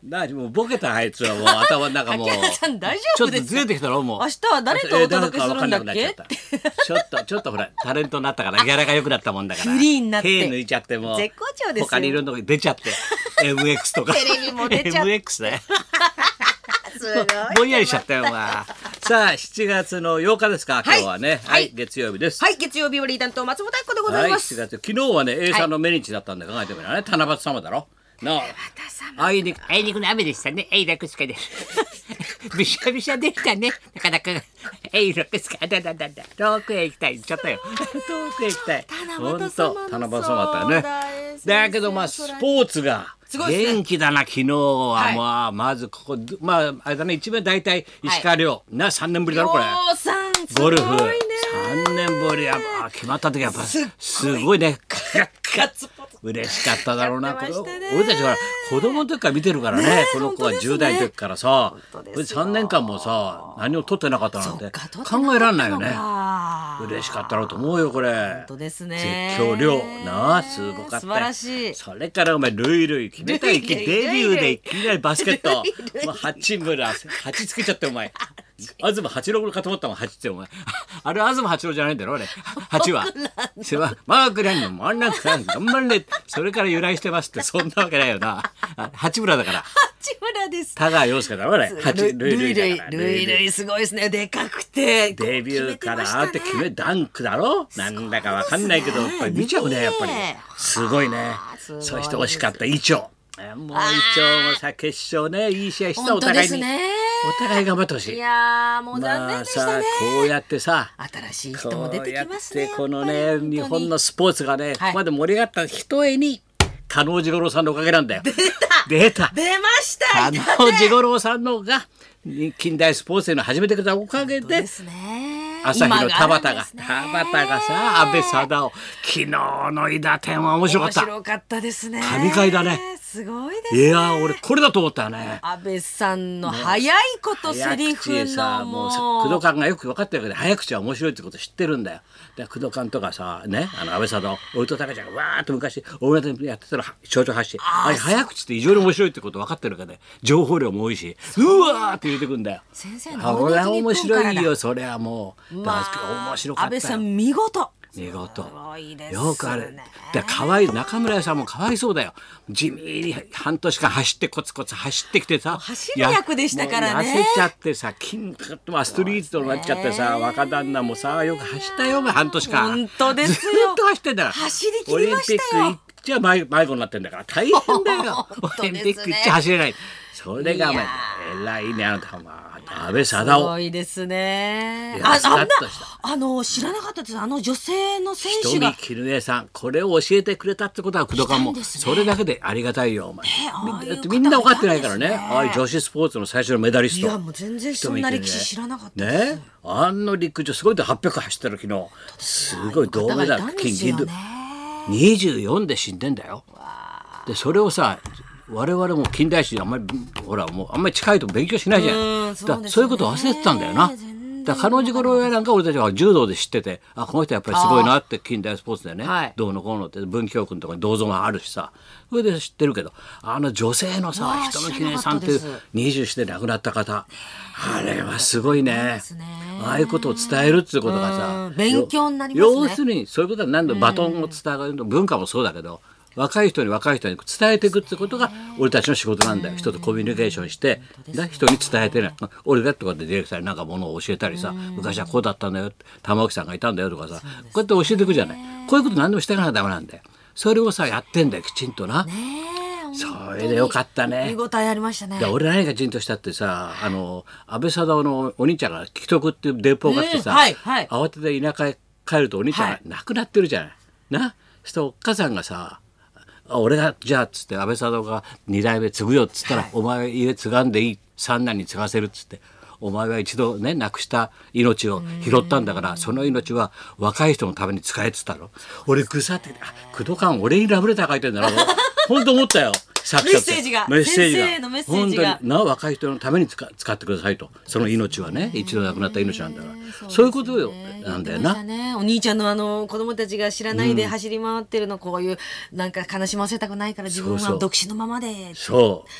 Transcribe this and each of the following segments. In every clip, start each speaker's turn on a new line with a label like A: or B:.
A: なにもうボケたあいつはもう頭の中もう
B: 秋山さん大丈
A: ちょっと
B: 夫ですか
A: ずれてきたろもう
B: 明日は誰とお届けする
A: え誰か
B: んだっけ
A: わかなくなっちゃったちょ っとちょっとほらタレントになったからギャラが良くなったもんだから
B: フリーになって
A: 手抜いちゃってもう
B: 絶好調ですよ
A: 他にいろんなとこに出ちゃって MX とか
B: テレビも出ちゃって
A: MX ね
B: すごい
A: ぼんやりしちゃったよ、まあ、さあ7月の8日ですか今日はね
B: は
A: はいい、月曜日です
B: はい月曜日はリーダー担当松本明子でござい
A: は
B: ま
A: い
B: す、
A: 7月昨日はね A さんの命日だったんで考えてみればね七夕様だろなああいにく
C: あいにくの雨でしたね。えい、楽すかです。 びしゃびしゃでしたね。なかなか。えい、楽すか。だだだだ。遠くへ行きたい。ちょっとよ。
A: 遠くへ行きたい
B: 七夕様
A: ほんと
B: の
A: 七夕様
B: そう
A: だ
B: だ
A: ね
B: 先生
A: だけどまあスポーツが
B: すごいですね
A: 元気だな昨日は
B: はい
A: まあまずここまああれだね一面大体石川遼な三年ぶりだろこれ
B: おーさんすご
A: ゴ
B: い
A: ル
B: ね
A: フ三年ぶりやあ決まった時やっぱすごいね
B: ガッツポーズ
A: 嬉しかっただろうな
B: やってましたね
A: これ俺たちほら子供の時から見てるからね
B: ねえ
A: この子は
B: 本当ですね
A: 10代の時からさ、
B: 本当
A: これ
B: ですよ
A: 3年間もさ何を取ってなかったなんて
B: かどう
A: 考えられないよね
B: あー
A: 嬉しかったろうと思うよこれ
B: 本当ですね
A: 絶叫量なあすごかったよ
B: 素晴らしい
A: それからお前ルイルイ決めたいきデ
B: ルイ
A: ビ
B: ルイ
A: ューでいきなりバスケッ トもう8村8つけちゃってお前東八郎かと思ったもん8ってお前あれ東八郎じゃないんだろあれ8はすまマークランの真ん中から頑張れそれから由来してますってそんなわけないよなあ八村だから
B: 八村です
A: 田川陽介だろあれ
B: ルイ
A: 8ルイ
B: ル
A: ル
B: イ
A: イ
B: ル
A: だ
B: イ
A: から
B: ルイルイすごいですねでかくて
A: デビューからあって決めダンクだろなんだかわかんないけど
B: そう
A: や
B: ですね
A: っぱり見ちゃうねやっぱり
B: ね
A: すごいね
B: すごいです
A: そして惜しかった伊調えもう伊調もさ決勝ねいい試合したお
B: 本当で
A: 互い
B: す
A: に
B: ね
A: お互い頑張ってほし
B: い
A: い
B: やーもう残
A: ま
B: 念
A: あ
B: でした
A: さ
B: ね、
A: こうやってさ
B: 新しい人も
A: こ
B: 出
A: う
B: て
A: や
B: き
A: っ
B: ます
A: て
B: ね
A: この
B: や
A: ね
B: っぱり
A: 日本
B: 本当
A: の
B: に
A: スポーツがねこ
B: はい
A: こまで盛り上がったひとえに加納治五郎さんのおかげなんだよ出た
B: 出ました
A: 加
B: いた
A: 納治五郎さんのが近代スポーツへの始めてくれたおかげで
B: ですね
A: 朝日の田
B: 今
A: 畑
B: あるんで
A: が
B: すね
A: 田畑がさ安倍貞夫昨日の伊田天は面白かっ
B: 面
A: た
B: 白かったですね
A: 神回だね
B: すごいです
A: い
B: ね
A: やー俺これだと思ったよね
B: 安倍さんの早いことセリフのも
A: さ
B: う
A: 工藤官がよく分かってるけど早口は面白いってこと知ってるんだよで工藤官とかさねあの安倍貞夫俺と高ちゃんがわーっと昔大型でやってたら象徴発信あれ早口って異常に面白いってこと分かってるからね情報量も多いしうわーって入れてくんだよ
B: 先生の
A: あ俺は面白いよ
B: よ
A: それはもう、
B: ま
A: 面
B: あ
A: 白かった
B: 安倍
A: よ
B: さん見事
A: 見事
B: すごいですね
A: よくあれでかわいい中村屋さんもかわいそうだよ地味に半年間走ってコツコツ走ってきてさ
B: 走る役でしたからね
A: やもう痩せちゃってさ金まあストリートになっちゃってさ若旦那もさよく走ったよお前半年間
B: 本当ですよ
A: ずっと走ってんだから
B: 走り切りましたよ
A: オリンピック行っちゃ迷迷子になってんだから大変だよ
B: 本当
A: オ
B: ですね
A: リンピック行っちゃ走れないそれがお前
B: い
A: 偉いねあなたまあ安倍
B: す
A: 貞夫
B: ごいですね
A: いや
B: あ
A: スカ
B: あん
A: ッ
B: な
A: とした
B: あの知らなかったですあの女性の選手
A: 瞳
B: が
A: 絹江さんこれを教えてくれたってことは工藤官も、
B: したんですね
A: それだけでありがたいよお前、
B: ああいう
A: だって
B: 方
A: みんな分かってないからね
B: いたんですね
A: ああいう女子スポーツの最初のメダリス
B: い
A: ト
B: やもう全然そんな歴史知らなかったです
A: ねあの陸上すごいで800走ってる昨日すごい銅メダル金銀
B: 方がいたんですよ
A: 銅
B: ね
A: 24で死んでんだよでそれをさ我々も近代史あんまりほらもうあんまり近いと勉強しないじゃ
B: うん
A: ん
B: そうですね
A: だからそういうこと忘れてたんだよな
B: 全然
A: だから彼女頃やなんか俺たちは柔道で知っててあこの人やっぱりすごいなって近代スポーツでね、
B: はい
A: どうのこうのって文京区のとこに銅像があるしさそれで知ってるけどあの女性の
B: わ
A: さ
B: あ
A: 人の記念さんっていう
B: 知らなかった
A: 20で亡くなった方あれはすごいね
B: すね
A: ああいうことを伝えるっていうことが
B: う
A: さ
B: ん勉強になりますね
A: 要するにそういうことは何度もバトンを伝えるの文化もそうだけど若い人に若い人に伝えていくってことが俺たちの仕事なんだよ人とコミュニケーションしてだ人に伝えてない俺だってこうやってディレクターになんかものを教えたりさ昔はこうだったんだよって玉置さんがいたんだよとかさこうやって教えていくじゃないこういうこと何でもしていかなきゃダメなんだよそれをさやってんだよきちんとな。
B: ねえ
A: それでよかったね
B: 見応えありましたね
A: だから俺何がじんとしたってさあの安倍貞夫のお兄ちゃんが既得っていう電報が来てさ、
B: うんはいはい
A: 慌てて田舎へ帰るとお兄ちゃん
B: は
A: が亡くなってるじゃない。なそしておっかさんがさあ俺がじゃあっつって安倍貞夫が2代目継ぐよっつったら、お前家継がんでいい三男に継がせるっつってお前は一度ね亡くした命を拾ったんだからその命は若い人のために使えっつったの俺ぐさってあ工藤官俺にラブレター書いてんだ な本当思ったよ作者って
B: メッセージが
A: メッセージが
B: 先生のメッセージが
A: 本当にな若い人のために使使ってくださいとその命はね一度亡くなった命なんだからそういうことよなんだよ
B: 言ってまし
A: な。
B: たね、お兄ちゃんのあの子供たちが知らないで走り回ってるの、こういうなんか悲しませたくないから自分
A: そうそ
B: は
A: う
B: 独身のままでって
A: そう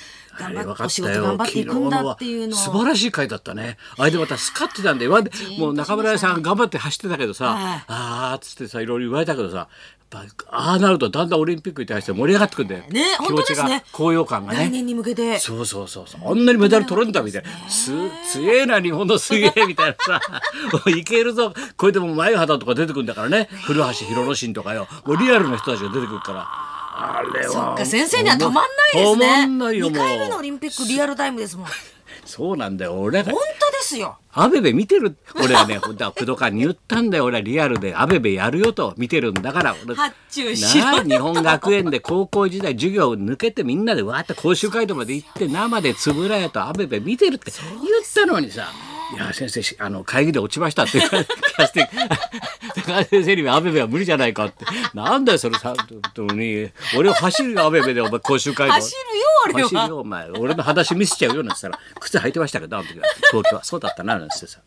B: 頑張っ
A: 分か
B: お
A: っ
B: 仕
A: た
B: 事
A: よ
B: 頑張っていくんだっていうのを
A: 昨日は素晴らしい回だったねあれで私勝ってたんで言 わんでもう中村屋さん頑張って走ってたけどさ、
B: はい
A: あーっつってさいろいろ言われたけどさやっぱああなるとだんだんオリンピックに対して盛り上がってくんだよ、
B: ね
A: 気持ち
B: 本当です
A: が、
B: ね
A: 高揚感がね
B: 来年に向けて
A: そうそうそうそうあんなにメダル取れんだみたいなす強えな日本の水泳みたいなさおいいけるぞこれでも前肌とか出てくるんだからね古橋広之進とかよもうリアルな人たちが出てくるからあれは
B: そっか先生にはたまんないです
A: たま
B: ね
A: んないよ
B: 2
A: もう
B: 回目のオリンピックリアルタイムで すもん本
A: そうなんだよ俺ら
B: 当ですよ
A: アベベ見てる俺はね ほんとは工藤館に言ったんだよ俺はリアルでアベベやるよと見てるんだから俺
B: 発注しろよ
A: なあ日本学園で高校時代授業を抜けてみんなでわーって講習会とまで行って生で円谷とアベベ見てるって言ったのにさ「いや先生しあの会議で落ちました」って言われて キャスティング高橋先生にはアベベは無理じゃないかってなんだよそれさとに俺を走るよアベベでお前講習会と
B: 走るよ俺は
A: 走るよお前俺の裸足見せちゃうよなんて言ったら 靴履いてましたけどあの時は東京はそうだったななんて言ってさ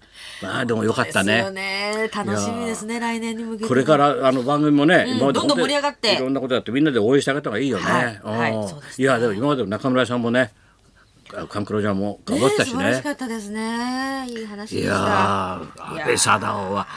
A: まあでもよかった
B: です
A: ね
B: よね楽しみですね来年に向けて
A: これからあの番組もね、今まで
B: どんどん
A: 本当に
B: 盛り上がって
A: いろんなことやってみんなで応援してあげた方がいいよね。
B: はい
A: うん
B: はいそうです
A: い
B: ね
A: やでも今までも中村さんもね、あカンクロちゃんも頑張ってたし
B: 素
A: ね。
B: 晴らしかったですねいい話で
A: い
B: し
A: やー
B: た
A: 安倍貞夫は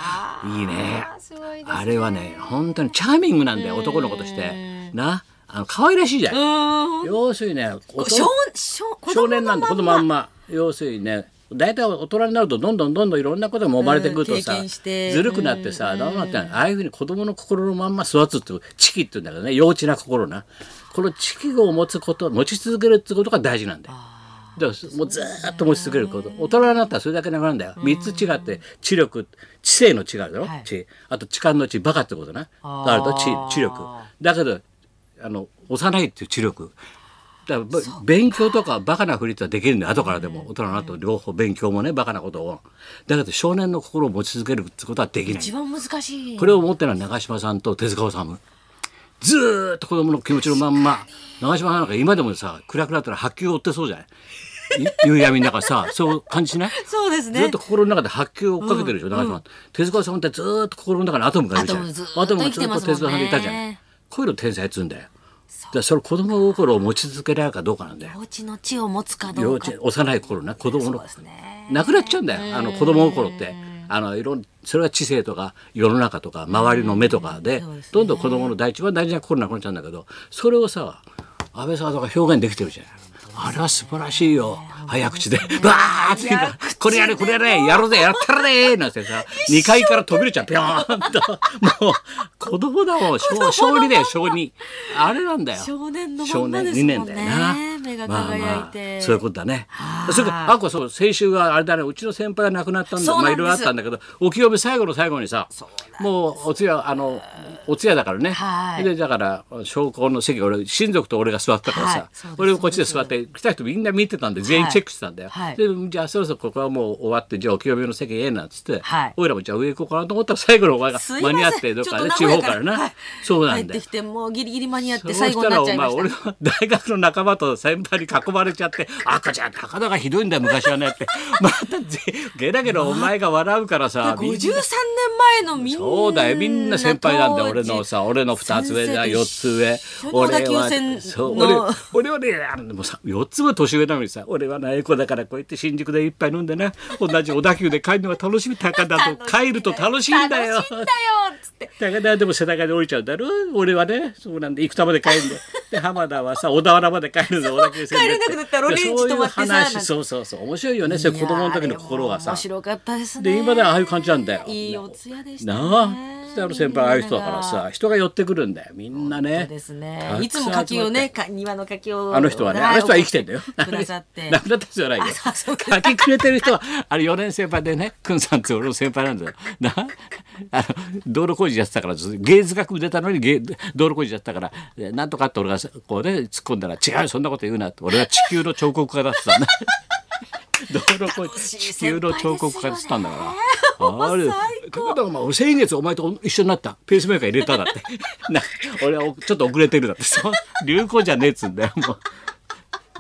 A: いいね
B: ーすごいですね
A: あれはね本当にチャーミングなんだよ男の子としてなあの可愛らしいじゃ
B: うんーん
A: 要するにね男
B: 少少子
A: 少
B: 供の
A: 年なんだこのまんま要するにね大体大人になるとどんどんどんどんいろんなことが生まれてくると
B: うん経
A: さ、
B: 験して
A: ずるくなってさどうなってんのああいうふうに子供の心のまんま育つってチキって言うんだけどね幼稚な心なこのチキを持つこと持ち続けるってことが大事なんだよ。だからもうずーっと持ち続けること大人になったらそれだけなくなるんだよ3つ違って知力知性の違うだろ、
B: はい
A: 知あと痴漢の知バカってことな
B: あー
A: あれと知知力だけどあの幼いっていう知力だからば勉強とかバカなふりってのはできるんだよ後からでも大人になると両方勉強もねバカなことをだけど少年の心を持ち続けるってことはできない
B: 一番難しい
A: これを持ってるのは長嶋さんと手塚治虫ずーっと子供の気持ちのまんま長嶋さんなんか今でもさ暗くなったら白球を追ってそうじゃないい 夕闇の中さそう感じしない
B: そうですね
A: ずっと心の中で発球を追っかけてるでしょ、長嶋さん手塚さんってずーっと心の中にアトムがいるじゃん
B: アトムずーっと生きてま
A: アトムがずっと
B: すもんね
A: 手塚さんでいたじゃんこういうの天才っつうんだよだからそれ子供心を持ち続けられるかどうかなんだよ
B: お家の地を持つかど
A: 幼
B: うか
A: 稚幼い頃な子供の
B: ですね
A: なくなっちゃうんだよあの子供心ってあのいろんそれは知性とか世の中とか周りの目とかで
B: そうですね
A: どんどん子供の第一番大事な心なくなっちゃうんだけどそれをさ安倍さんとか表現できてるじゃないあれは素晴らしいよ早口で「わー!」って言うから「これやれこれやれやろうぜやったらね!」なんてさ2階から飛び出ちゃうピョーンともう子供だもん小小児だよ小児あれなんだよ
B: 少年のまんまですもんね
A: 少年2年だよな
B: 目が輝いて
A: まあまあそういうことだねそれからあこそう先週はあれだねうちの先輩が亡くなったん
B: そ
A: だ
B: う
A: ま
B: な
A: あ
B: ん
A: い
B: です
A: ろいろあったんだけどお清め最後の最後にさもうお通夜あのお通夜だからね
B: はい
A: でだから証拠の席俺親族と俺が座ったから
B: はい
A: さ
B: そうです
A: 俺もこっちで座って来た人みんな見てたんで全員チェックしてたんだよ
B: はい
A: でじゃあそろそろここはもう終わってじゃあお清めの席へなんつって
B: はい
A: おいらもじゃあ上行こうかなと思ったら最後のお前が
B: すいま
A: 間
B: せん
A: に合ってどっかね
B: ち
A: 地
B: ょっと名
A: 方
B: 古屋
A: から
B: は
A: ないそうな
B: 帰っ
A: んだ
B: て
A: よ
B: きてもうギリギリ間に合っ
A: そう
B: て
A: し
B: 最後に
A: た
B: な
A: ら
B: っ
A: お
B: ちゃい
A: 前
B: ました
A: 俺は大学の仲間と先輩に囲まれちゃって「赤ちゃん高田がひどいんだよ昔はね」って またぜゲラゲラお前が笑うからさみん
B: 53
A: な
B: 年前のみんな
A: そうだよみんな先輩なんだよ
B: 当
A: 俺
B: 時
A: のさ俺の2つ上だ
B: 先生と
A: 4
B: 一緒
A: つ上
B: 小田
A: 俺
B: 急線
A: は
B: の
A: そう俺俺はねあのでもさ4つも年上なのにさ俺はなえ子だからこうやって新宿で一杯飲んでな同じ小田急で帰るのが楽しみ高田と帰ると楽しいんだよ
B: 楽しいんだよつって
A: 高田はでも世田谷で降りちゃうんだろ俺はねそうなんで生田まで帰るんだよで浜田はさ小田原まで帰るんだよ小田急線で
B: 帰れなくなったら俺んち泊まってさ
A: そういう
B: なん
A: 話
B: て
A: そうそうそう面白いよねそれ子供の時の心が
B: いやーでも
A: さ
B: 面白かったですね
A: で今ではああいう感じなんだよ
B: いいお通夜でしたね
A: なあそしてあの先輩ああいう人だからさ人が寄ってくるんだよみんな
B: そう
A: ね
B: です
A: たく
B: ね
A: さん
B: いつも柿をねか庭の柿を
A: あの人はね、あの人は生きてんだよ。
B: くださって
A: 亡く なった人じゃないよ
B: あそう。そうか
A: 書きくれてる人は、あれ4年先輩でね、くんさんって俺の先輩なんだよ。な、あの、道路工事やってたから、ずっと芸術学部出たのに芸道路工事やってたから、えなんとかって俺がこうね、突っ込んだら、違うよ、そんなこと言うなって。俺は地球の彫刻家だって言 ってたんだ。道路工
B: 楽
A: 事、
B: しい
A: 地球の彫刻家って言ってたんだから。あ
B: 最
A: れ
B: 高
A: だからお前先月お前と一緒になったペースメーカー入れただって な俺はおちょっと遅れてるだってそう流行じゃねえっつうんだよもう。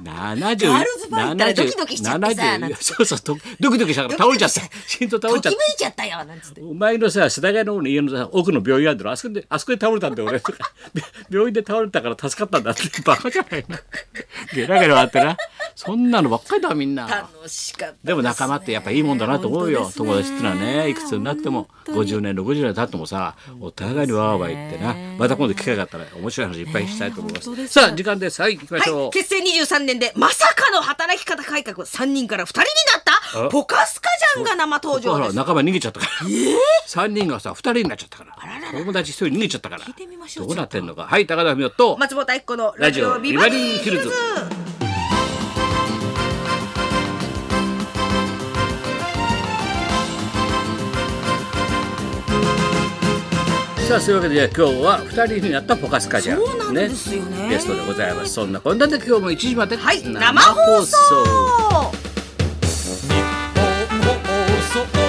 A: 70
B: ガールズバー行ったらドキドキしちゃってさ
A: 70
B: なんて
A: そうそうドドキドキしたから倒れちゃった心臓倒れち
B: とき
A: ゃっ
B: めい
A: た
B: ちゃったよなんつって
A: お前のさ世田谷の方の家のさ奥の病院あんだろあそこであそこで倒れたんだよ俺病院で倒れたから助かったんだってバカじゃないなゲラゲラ笑ってなそんなのばっかりだみんな。
B: 楽しかったすね
A: でも仲間ってやっぱいいもんだなと思うよ、
B: 本当
A: 友
B: です
A: 達ってのはねいくつになっても50年60年経ってもさお互いにわーわー言ってなまた今度機会があったら面白い話いっぱいしたいと思いま
B: ね本当
A: す
B: ですね
A: さあ時間ですはい行きましょう、
B: はい、結成23年でまさかの働き方改革3人から2人になった
A: あ
B: ポカスカジャンが生登
A: ほ
B: 場
A: ら
B: です
A: 仲間逃げちゃったから、3人がさ2人になっちゃったから友達1人逃げちゃったから聞い
B: てみましょう
A: どうなってんのかはい高田文夫と
B: 松本明子のラ
A: ラ
B: ジ
A: ジ
B: オ
A: オ
B: ビ
A: ビ
B: バ
A: バ
B: リ
A: リ
B: ー
A: ー
B: ヒ
A: ヒ
B: ル
A: ル
B: ズ
A: ズさあそういうわけで今日は2人になったポカスカじゃん
B: そうなんですよね
A: ゲストでございますそんなこんなで今日も1時まで、
B: はい生放送
A: 生放送
D: 放送